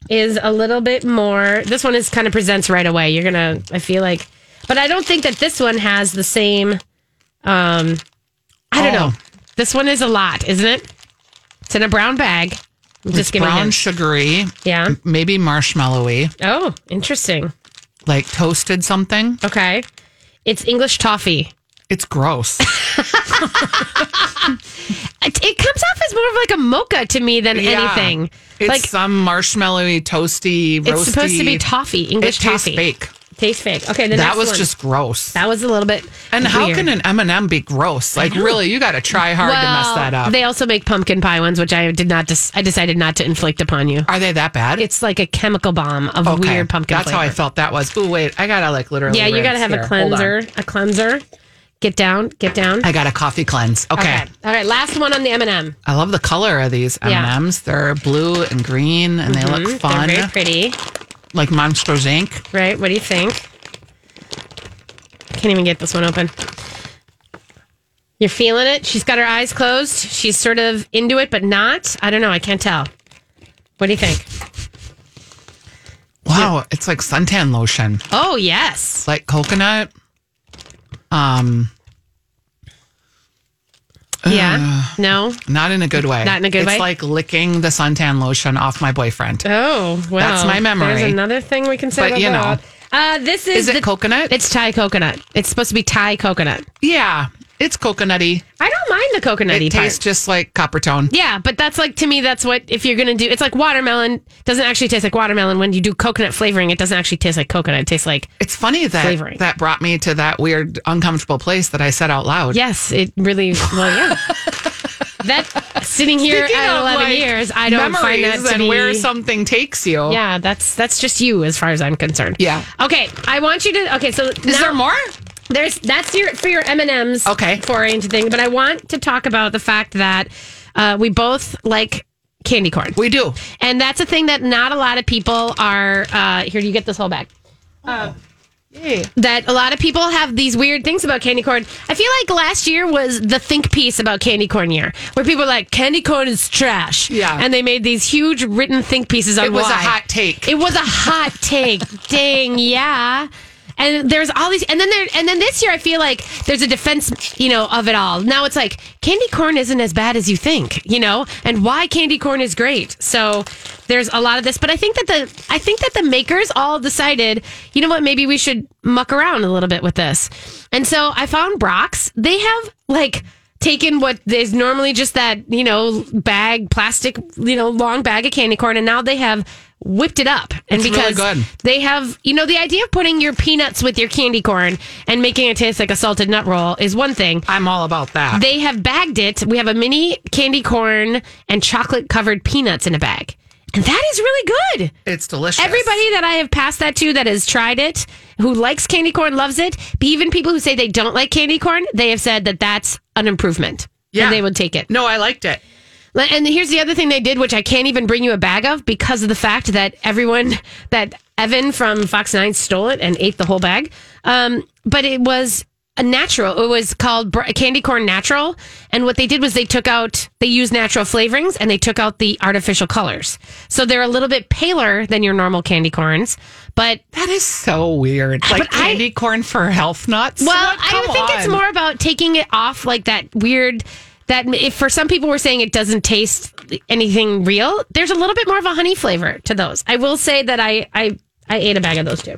Speaker 4: is a little bit more. This one is kind of presents right away. You're gonna. I feel like, but I don't think that this one has the same. Um, I don't
Speaker 3: Oh.
Speaker 4: know. This one is a lot, isn't it? It's in a brown bag. I'm just giving
Speaker 3: Brown,
Speaker 4: him.
Speaker 3: sugary,
Speaker 4: Yeah.
Speaker 3: maybe marshmallowy,
Speaker 4: Oh, interesting.
Speaker 3: like toasted something.
Speaker 4: Okay. It's English toffee.
Speaker 3: It's gross.
Speaker 4: it, it comes off as more of like a mocha to me than
Speaker 3: Yeah.
Speaker 4: anything.
Speaker 3: It's
Speaker 4: like
Speaker 3: some marshmallowy, toasty, roasty.
Speaker 4: it's supposed to be toffee,
Speaker 3: It
Speaker 4: English
Speaker 3: tastes
Speaker 4: toffee.
Speaker 3: fake.
Speaker 4: Taste fake. Okay, the
Speaker 3: that
Speaker 4: next
Speaker 3: was
Speaker 4: one.
Speaker 3: just gross.
Speaker 4: that was a little bit.
Speaker 3: and how
Speaker 4: weird.
Speaker 3: can an M and M be gross? Like really, you got to try hard to mess
Speaker 4: Well,
Speaker 3: that up.
Speaker 4: They also make pumpkin pie ones, which I did not. Dis- I decided not to inflict upon you.
Speaker 3: Are they that bad?
Speaker 4: It's like a chemical bomb of
Speaker 3: Okay.
Speaker 4: weird pumpkin.
Speaker 3: That's how I
Speaker 4: flavor.
Speaker 3: felt that was. Ooh, wait, I gotta like literally.
Speaker 4: Yeah, you got
Speaker 3: rinse
Speaker 4: to have
Speaker 3: here.
Speaker 4: a
Speaker 3: Hold on.
Speaker 4: cleanser. A cleanser. Get down. Get down.
Speaker 3: I got a coffee cleanse. Okay.
Speaker 4: All right. Last one on the M and m
Speaker 3: I love the color of these M
Speaker 4: Yeah. Mm-hmm.
Speaker 3: and M's. They're blue and green, and they look
Speaker 4: They're
Speaker 3: fun,
Speaker 4: very pretty,
Speaker 3: like Monsters Inc.
Speaker 4: right? What do you think? Can't even get this one open. You're feeling it. She's got her eyes closed. She's sort of into it, but not. I don't know. I can't tell. What do you think?
Speaker 3: Wow, it's like suntan lotion,
Speaker 4: Oh, yes.
Speaker 3: It's like coconut. Um,
Speaker 4: Yeah.
Speaker 3: Uh.
Speaker 4: No.
Speaker 3: not in a good way.
Speaker 4: Not in a good
Speaker 3: it's
Speaker 4: way?
Speaker 3: It's like licking the suntan lotion off my boyfriend.
Speaker 4: Oh, well.
Speaker 3: That's my memory.
Speaker 4: There's another thing we can say
Speaker 3: But,
Speaker 4: about
Speaker 3: you know.
Speaker 4: that. Uh, this is,
Speaker 3: Is it
Speaker 4: the-
Speaker 3: coconut?
Speaker 4: It's Thai coconut. It's supposed to be Thai coconut.
Speaker 3: yeah, it's coconutty.
Speaker 4: I don't mind the coconutty
Speaker 3: It
Speaker 4: part.
Speaker 3: tastes just like copper tone.
Speaker 4: Yeah, but that's like to me, that's what if you're gonna do. It's like watermelon doesn't actually taste like watermelon. When you do coconut flavoring, it doesn't actually taste like coconut. It tastes like
Speaker 3: It's funny that
Speaker 4: Flavoring.
Speaker 3: that brought me to that weird, uncomfortable place that I said out loud.
Speaker 4: yes, it really. Well, yeah. that sitting here
Speaker 3: Speaking
Speaker 4: at
Speaker 3: of,
Speaker 4: 11
Speaker 3: like,
Speaker 4: years, I don't
Speaker 3: memories
Speaker 4: find that to
Speaker 3: and
Speaker 4: be.
Speaker 3: where something takes you.
Speaker 4: yeah, that's that's just you as far as I'm concerned.
Speaker 3: Yeah.
Speaker 4: Okay, I want you to. Okay, so
Speaker 3: Is there more?
Speaker 4: There's that's your for your M and M's.
Speaker 3: Okay.
Speaker 4: Foray into things, but I want to talk about the fact that uh, we both like candy corn.
Speaker 3: We do.
Speaker 4: And that's a thing that not a lot of people are. Uh, here, you get this whole bag. That a lot of people have these weird things about candy corn. I feel like last year was the think piece about candy corn year, where people were like, "Candy corn is trash."
Speaker 3: Yeah.
Speaker 4: and they made these huge written think pieces on
Speaker 3: It was a
Speaker 4: why.
Speaker 3: hot take.
Speaker 4: It was a hot take. Dang, yeah. And there's all these, and then there, and then this year I feel like there's a defense, you know, of it all. Now it's like candy corn isn't as bad as you think, you know, and why candy corn is great. So there's a lot of this, but I think that the I think that the makers all decided, you know what, maybe we should muck around a little bit with this. And so I found Brock's. They have like taken what is normally just that you know bag plastic you know long bag of candy corn and now they have whipped it up and
Speaker 3: It's really
Speaker 4: because
Speaker 3: good.
Speaker 4: they have you know the idea of putting your peanuts with your candy corn and making it taste like a salted nut roll is one thing
Speaker 3: I'm all about that.
Speaker 4: they have bagged it we have a mini candy corn and chocolate covered peanuts in a bag and that is really good
Speaker 3: it's delicious.
Speaker 4: Everybody that I have passed that to that has tried it, who likes candy corn, loves it. Even people who say they don't like candy corn, they have said that that's an improvement.
Speaker 3: Yeah.
Speaker 4: And they would take it.
Speaker 3: No, I liked it.
Speaker 4: And here's the other thing they did, which I can't even bring you a bag of because of the fact that everyone, that Evan from Fox 9 stole it and ate the whole bag. Um, but it was a natural. It was called br- candy corn natural. And what they did was they took out, they used natural flavorings and they took out the artificial colors. So they're a little bit paler than your normal candy corns. But
Speaker 3: That is so weird. Like
Speaker 4: I-
Speaker 3: candy corn for health nuts.
Speaker 4: Well,
Speaker 3: What?
Speaker 4: I
Speaker 3: Come
Speaker 4: think it's
Speaker 3: on.
Speaker 4: more about taking it off like that weird that if for some people we're saying it doesn't taste anything real, there's a little bit more of a honey flavor to those. I will say that I I I ate a bag of those too.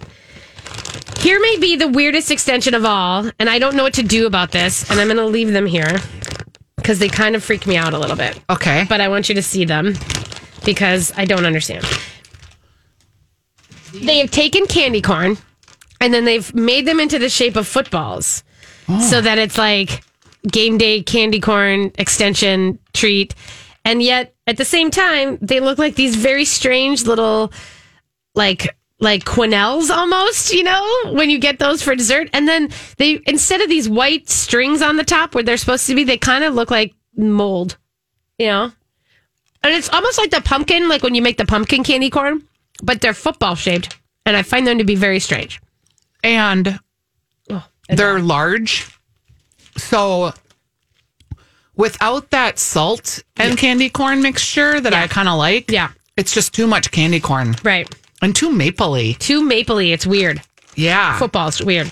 Speaker 4: Here may be the weirdest extension of all, and I don't know what to do about this, and I'm going to leave them here because they kind of freak me out a little bit.
Speaker 3: Okay.
Speaker 4: But I want you to see them because I don't understand. They have taken candy corn and then they've made them into the shape of footballs so that it's like game day candy corn extension treat. And yet at the same time, they look like these very strange little like like quenelles almost, you know, when you get those for dessert. And then they instead of these white strings on the top where they're supposed to be, they kind of look like mold. You know? And it's almost like the pumpkin, like when you make the pumpkin candy corn, but they're football shaped. And I find them to be very strange.
Speaker 3: and they're large. So without that salt and candy corn mixture that I kind of like,
Speaker 4: Yeah.
Speaker 3: it's just too much candy corn
Speaker 4: Right.
Speaker 3: and too mapley.
Speaker 4: Too mapley. It's weird.
Speaker 3: Yeah.
Speaker 4: Football's weird.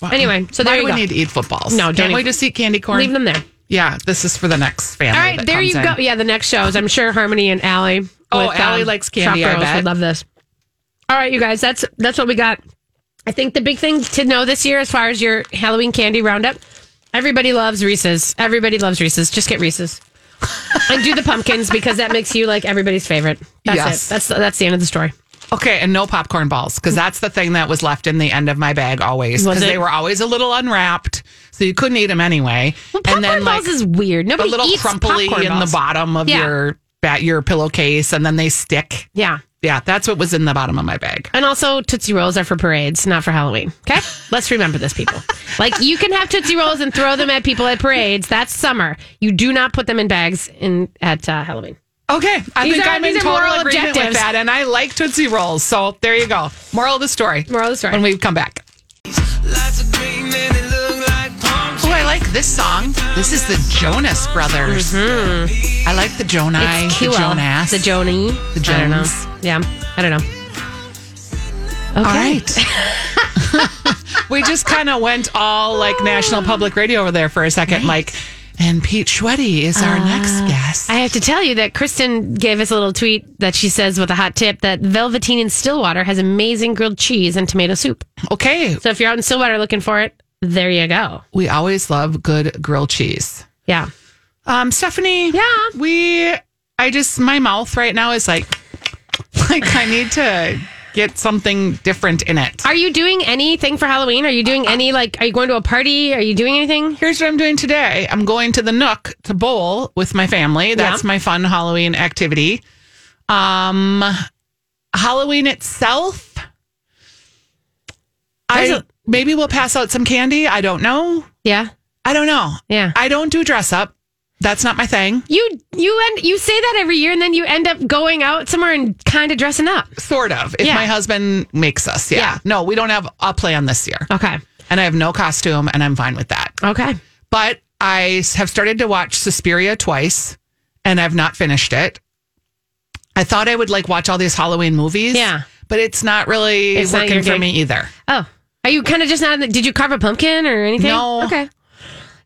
Speaker 4: Anyway, so
Speaker 3: Why
Speaker 4: there
Speaker 3: do
Speaker 4: you
Speaker 3: we
Speaker 4: go.
Speaker 3: need to eat footballs?
Speaker 4: No, don't
Speaker 3: Can't we
Speaker 4: even-
Speaker 3: just eat candy corn?
Speaker 4: Leave them there.
Speaker 3: Yeah, this is for the next family.
Speaker 4: All right,
Speaker 3: that
Speaker 4: there
Speaker 3: comes
Speaker 4: you
Speaker 3: in.
Speaker 4: go. Yeah, the next shows. I'm sure Harmony and Allie.
Speaker 3: Oh, Allie likes candy,
Speaker 4: Shop
Speaker 3: I
Speaker 4: Girls
Speaker 3: bet.
Speaker 4: would love this. All right, you guys. That's that's what we got. I think the big thing to know this year, as far as your Halloween candy roundup, everybody loves Reese's. Everybody loves Reese's. Just get Reese's and do the pumpkins because that makes you like everybody's favorite. That's
Speaker 3: Yes.
Speaker 4: it. That's that's the end of the story.
Speaker 3: Okay, and no popcorn balls because that's the thing that was left in the end of my bag always
Speaker 4: Was
Speaker 3: because
Speaker 4: it?
Speaker 3: they were always a little unwrapped, so you couldn't eat them anyway.
Speaker 4: Well, popcorn balls is weird.
Speaker 3: a
Speaker 4: Nobody
Speaker 3: little
Speaker 4: eats
Speaker 3: crumply
Speaker 4: popcorn
Speaker 3: in
Speaker 4: balls.
Speaker 3: the bottom of
Speaker 4: Yeah.
Speaker 3: your bat your pillowcase, and then they stick.
Speaker 4: Yeah.
Speaker 3: Yeah, that's what was in the bottom of my bag.
Speaker 4: And also, Tootsie Rolls are for parades, not for Halloween. Okay? Let's remember this, people. like, you can have Tootsie Rolls and throw them at people at parades. That's summer. You do not put them in bags in at uh, Halloween.
Speaker 3: Okay, I
Speaker 4: These
Speaker 3: think
Speaker 4: are-
Speaker 3: I'm in
Speaker 4: these are
Speaker 3: total
Speaker 4: moral
Speaker 3: agreement with
Speaker 4: objectives.
Speaker 3: that, and I like Tootsie Rolls. So there you go. Moral of the story.
Speaker 4: Moral of the story.
Speaker 3: When we come back.
Speaker 5: Lots of green and it look like palm trees.
Speaker 3: Oh, I like this song. This is the Jonas Brothers. I like the Jonai,
Speaker 4: Mm-hmm. It's
Speaker 3: the
Speaker 4: Kua,
Speaker 3: Jonas,
Speaker 4: The Joni.
Speaker 3: The
Speaker 4: I don't
Speaker 3: Jones.
Speaker 4: know. Yeah. I don't
Speaker 3: All
Speaker 4: know. Okay.
Speaker 3: right. we just kind of went all like National Public Radio over there for a second, like. And Pete Schweddy is our next guest.
Speaker 4: I have to tell you that Kristen gave us a little tweet that she says with a hot tip that Velveteen in Stillwater has amazing grilled cheese and tomato soup.
Speaker 3: Okay,
Speaker 4: So if you're out in Stillwater looking for it, there you go.
Speaker 3: we always love good grilled cheese.
Speaker 4: Yeah.
Speaker 3: Um, Stephanie.
Speaker 4: Yeah.
Speaker 3: We. I just my mouth right now is like, like I need to get something different in it.
Speaker 4: Are you doing anything for Halloween? Are you doing any like? Are you going to a party? Are you doing anything?
Speaker 3: Here's what I'm doing today. I'm going to the Nook to bowl with my family. That's
Speaker 4: Yeah.
Speaker 3: my fun Halloween activity. Um, Halloween itself. I
Speaker 4: There's a-
Speaker 3: maybe we'll pass out some candy. I don't know.
Speaker 4: Yeah,
Speaker 3: I don't know.
Speaker 4: Yeah.
Speaker 3: I don't do dress up. That's not my thing.
Speaker 4: You you end you say that every year, and then you end up going out somewhere and kind of dressing up.
Speaker 3: Sort of. If
Speaker 4: Yeah.
Speaker 3: my husband makes us. Yeah.
Speaker 4: Yeah.
Speaker 3: No, we don't have a plan this year.
Speaker 4: Okay.
Speaker 3: And I have no costume and I'm fine with that.
Speaker 4: Okay.
Speaker 3: But I s- have started to watch Suspiria twice and I've not finished it. I thought I would like watch all these Halloween movies.
Speaker 4: Yeah.
Speaker 3: But it's not really
Speaker 4: It's not
Speaker 3: working
Speaker 4: your
Speaker 3: for
Speaker 4: gig.
Speaker 3: me either.
Speaker 4: Oh, are you kind of just not? in the- Did you carve a pumpkin or anything?
Speaker 3: No.
Speaker 4: Okay.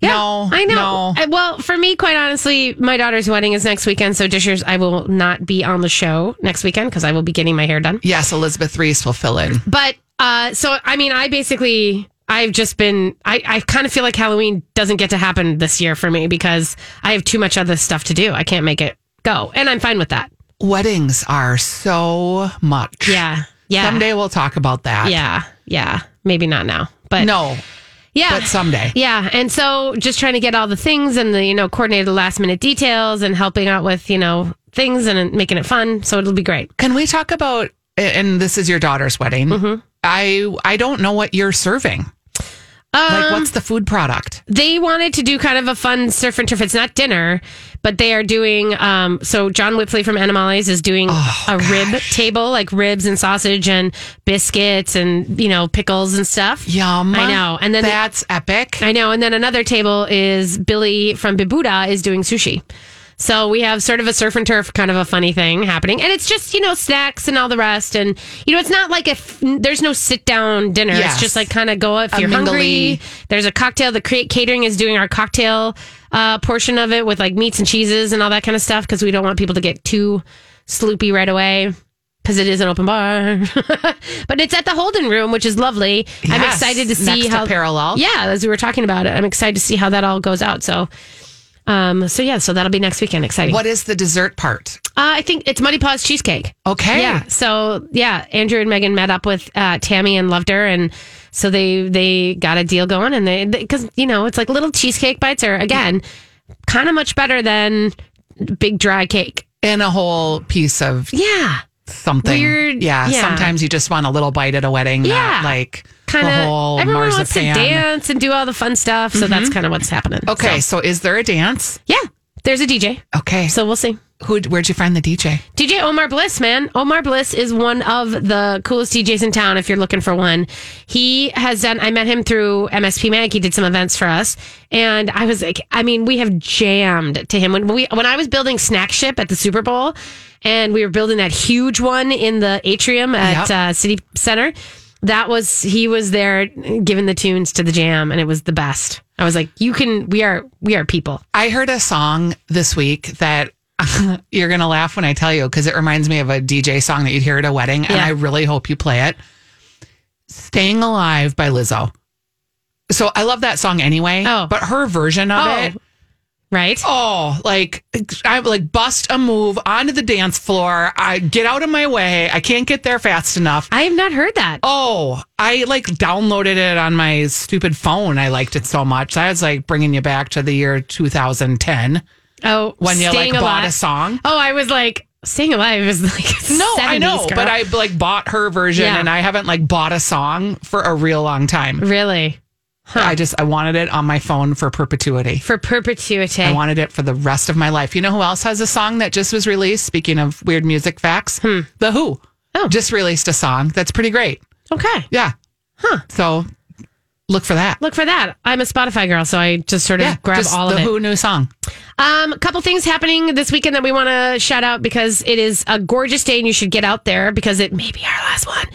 Speaker 4: Yeah,
Speaker 3: No,
Speaker 4: I know.
Speaker 3: no.
Speaker 4: I- well, for me, quite honestly, my daughter's wedding is next weekend, so Dishers, I will not be on the show next weekend because I will be getting my hair done.
Speaker 3: Yes, Elizabeth Reese will fill in.
Speaker 4: But uh, so I mean, I basically I've just been I, I kind of feel like Halloween doesn't get to happen this year for me because I have too much other stuff to do. I can't make it go, and I'm fine with that.
Speaker 3: Weddings are so much.
Speaker 4: Yeah, yeah,
Speaker 3: Someday we'll talk about that.
Speaker 4: yeah, yeah. Maybe not now, but
Speaker 3: No,
Speaker 4: yeah,
Speaker 3: but someday.
Speaker 4: Yeah, and so just trying to get all the things and the you know coordinated last minute details and helping out with you know things and making it fun. So it'll be great.
Speaker 3: Can we talk about? And this is your daughter's wedding.
Speaker 4: Mm-hmm.
Speaker 3: I I don't know what you're serving. like,
Speaker 4: Um,
Speaker 3: what's the food product?
Speaker 4: They wanted to do kind of a fun surf and turf. It's not dinner, but they are doing. Um, so John Whipley from Animales is doing a rib table, like ribs and sausage and biscuits and you know pickles and stuff.
Speaker 3: Yum.
Speaker 4: I know. And then
Speaker 3: that's epic.
Speaker 4: I know. And then another table is Billy from Bibuda is doing sushi. So we have sort of a surf and turf kind of a funny thing happening. And it's just, you know, snacks and all the rest. And, you know, it's not like if there's no sit down dinner.
Speaker 3: Yes.
Speaker 4: It's just like kind of go if
Speaker 3: A
Speaker 4: you're
Speaker 3: mingle-y.
Speaker 4: hungry. There's a cocktail. The cre- catering is doing our cocktail uh, portion of it with like meats and cheeses and all that kind of stuff because we don't want people to get too sloopy right away. Because it is an open bar, but it's at the Holden Room, which is lovely. I'm
Speaker 3: Yes,
Speaker 4: excited to see
Speaker 3: next to
Speaker 4: how
Speaker 3: Parallel.
Speaker 4: yeah, as we were talking about it, I'm excited to see how that all goes out. So, um, so yeah, so that'll be next weekend. Exciting.
Speaker 3: What is the dessert part?
Speaker 4: Uh, I think it's Muddy Paws cheesecake.
Speaker 3: Okay.
Speaker 4: Yeah. So yeah, Andrew and Megan met up with uh, Tammy and loved her, and so they they got a deal going, and they because you know it's like little cheesecake bites are again kind of much better than big dry cake.
Speaker 3: And a whole piece of
Speaker 4: Yeah.
Speaker 3: something.
Speaker 4: Weird-
Speaker 3: Yeah,
Speaker 4: yeah.
Speaker 3: Sometimes you just want a little bite at a wedding.
Speaker 4: Yeah.
Speaker 3: Not like
Speaker 4: Kind
Speaker 3: the whole
Speaker 4: of everyone
Speaker 3: marzipan. Mm-hmm.
Speaker 4: wants to dance and do all the fun stuff, so that's kind of what's happening.
Speaker 3: Okay.
Speaker 4: So,
Speaker 3: So. is there a dance?
Speaker 4: yeah, there's a DJ,
Speaker 3: Okay. So
Speaker 4: so we'll see.
Speaker 3: who? Where'd you find the DJ?
Speaker 4: DJ Omar Bliss, man. Omar Bliss is one of the coolest DJs in town if you're looking for one. He has done, I met him through MSP Mag. He did some events for us. And I was like, I mean, we have jammed to him. When we when I was building Snack Ship at the Super Bowl and we were building that huge one in the atrium at
Speaker 3: Yep.
Speaker 4: uh, City Center, that was, he was there giving the tunes to the jam and it was the best. I was like, you can, we are, we are people.
Speaker 3: I heard a song this week that you're going to laugh when I tell you because it reminds me of a DJ song that you'd hear at a wedding. And
Speaker 4: Yeah.
Speaker 3: I really hope you play it. Staying Alive by Lizzo. So I love that song anyway.
Speaker 4: Oh.
Speaker 3: But her version of
Speaker 4: Oh.
Speaker 3: it.
Speaker 4: Right?
Speaker 3: Oh, like I like bust a move onto the dance floor. I get out of my way. I can't get there fast enough.
Speaker 4: I have not heard that.
Speaker 3: Oh, I like downloaded it on my stupid phone. I liked it so much. I was like bringing you back to the year 2010
Speaker 4: Oh,
Speaker 3: when you like
Speaker 4: Staying
Speaker 3: bought
Speaker 4: Alive.
Speaker 3: a song.
Speaker 4: Oh, I was like, staying alive is like
Speaker 3: No,
Speaker 4: 70s,
Speaker 3: I know,
Speaker 4: girl.
Speaker 3: but I like bought her version
Speaker 4: Yeah.
Speaker 3: and I haven't like bought a song for a real long time.
Speaker 4: really
Speaker 3: I just I wanted it on my phone for perpetuity.
Speaker 4: for perpetuity.
Speaker 3: I wanted it for the rest of my life. You know who else has a song that just was released? Speaking of weird music facts, The Who
Speaker 4: Hmm. Oh.
Speaker 3: just released a song that's pretty great.
Speaker 4: okay,
Speaker 3: Yeah. Huh. So look for that.
Speaker 4: look for that. I'm a Spotify girl, so I just sort of
Speaker 3: yeah.
Speaker 4: grab
Speaker 3: just
Speaker 4: all
Speaker 3: the
Speaker 4: of it.
Speaker 3: Who new song.
Speaker 4: Um, a couple things happening this weekend that we want to shout out because it is a gorgeous day and you should get out there because it may be our last one.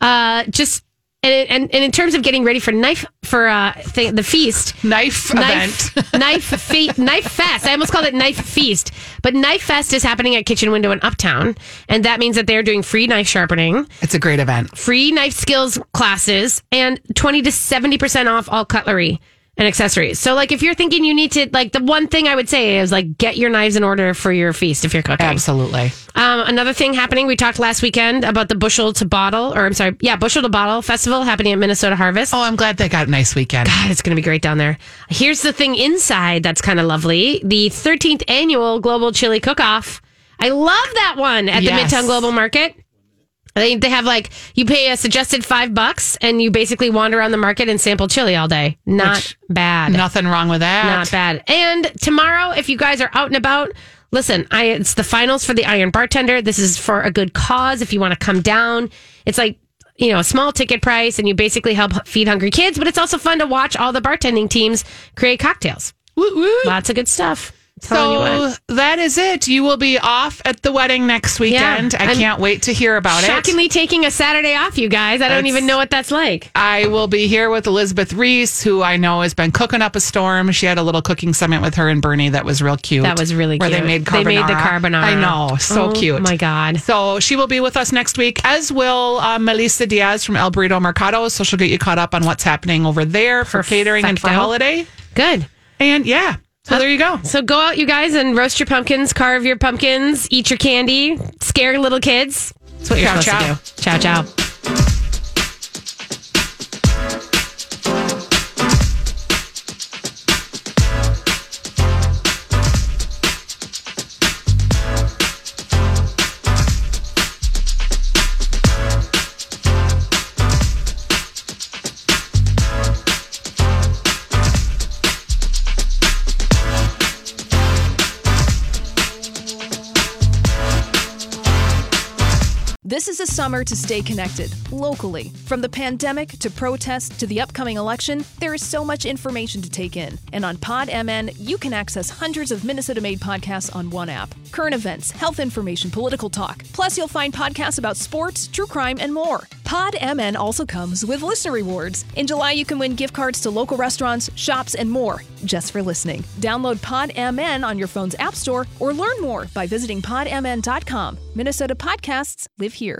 Speaker 4: Uh, just and and, and in terms of getting ready for knife for uh th- the feast.
Speaker 3: Knife, event.
Speaker 4: Knife, knife, fe- knife fest. I almost called it knife feast, but knife fest is happening at Kitchen Window in Uptown, and that means that they're doing free knife sharpening,
Speaker 3: It's a great event.
Speaker 4: free knife skills classes, and twenty to seventy percent off all cutlery and accessories. So, like, if you're thinking you need to, like, the one thing I would say is like get your knives in order for your feast if you're cooking.
Speaker 3: Absolutely.
Speaker 4: Um, another thing happening, we talked last weekend about the bushel to bottle, or I'm sorry, yeah, bushel to bottle festival happening at Minnesota Harvest.
Speaker 3: Oh, I'm glad they got a nice weekend.
Speaker 4: God, it's going to be great down there. Here's the thing inside that's kind of lovely the 13th annual Global Chili Cook Off. I love that one at
Speaker 3: Yes.
Speaker 4: the Midtown Global Market. They, they have like you pay a suggested five bucks and you basically wander around the market and sample chili all day. Not
Speaker 3: Which-
Speaker 4: bad.
Speaker 3: Nothing wrong with that.
Speaker 4: Not bad. And tomorrow, if you guys are out and about, listen, I it's the finals for the Iron Bartender. This is for a good cause. If you want to come down, it's like you know a small ticket price, and you basically help feed hungry kids. But it's also fun to watch all the bartending teams create cocktails.
Speaker 3: Woot, woot.
Speaker 4: Lots of good stuff. Telling you
Speaker 3: So
Speaker 4: what.
Speaker 3: that is it. You will be off at the wedding next weekend. I
Speaker 4: I'm
Speaker 3: can't wait to hear about it.
Speaker 4: Shockingly taking a Saturday off, you guys. I don't
Speaker 3: That's-
Speaker 4: even know what that's like.
Speaker 3: I will be here with Elizabeth Reese, who I know has been cooking up a storm. She had a little cooking summit with her and Bernie that was real cute.
Speaker 4: That was really
Speaker 3: Where
Speaker 4: cute.
Speaker 3: they made
Speaker 4: They
Speaker 3: carbonara.
Speaker 4: made the carbonara.
Speaker 3: I know. So
Speaker 4: Oh,
Speaker 3: cute.
Speaker 4: my God.
Speaker 3: So she will be with us next week, as will uh, Melissa Diaz from El Burrito Mercado. So she'll get you caught up on what's happening over there for catering and for
Speaker 4: Perfecto.
Speaker 3: holiday.
Speaker 4: Good.
Speaker 3: And yeah, so there you go.
Speaker 4: So go out, you guys, and roast your pumpkins, carve your pumpkins, eat your candy, scare little kids. That's what you're
Speaker 3: Ciao,
Speaker 4: supposed to do. Ciao, ciao.
Speaker 6: This is a summer to stay connected, locally. From the pandemic to protests to the upcoming election, there is so much information to take in. And on PodMN, you can access hundreds of Minnesota made podcasts on one app. Current events, health information, political talk. Plus, you'll find podcasts about sports, true crime, and more. PodMN also comes with listener rewards. In July, you can win gift cards to local restaurants, shops, and more just for listening. Download PodMN on your phone's App Store or learn more by visiting podmn.com. Minnesota podcasts live here.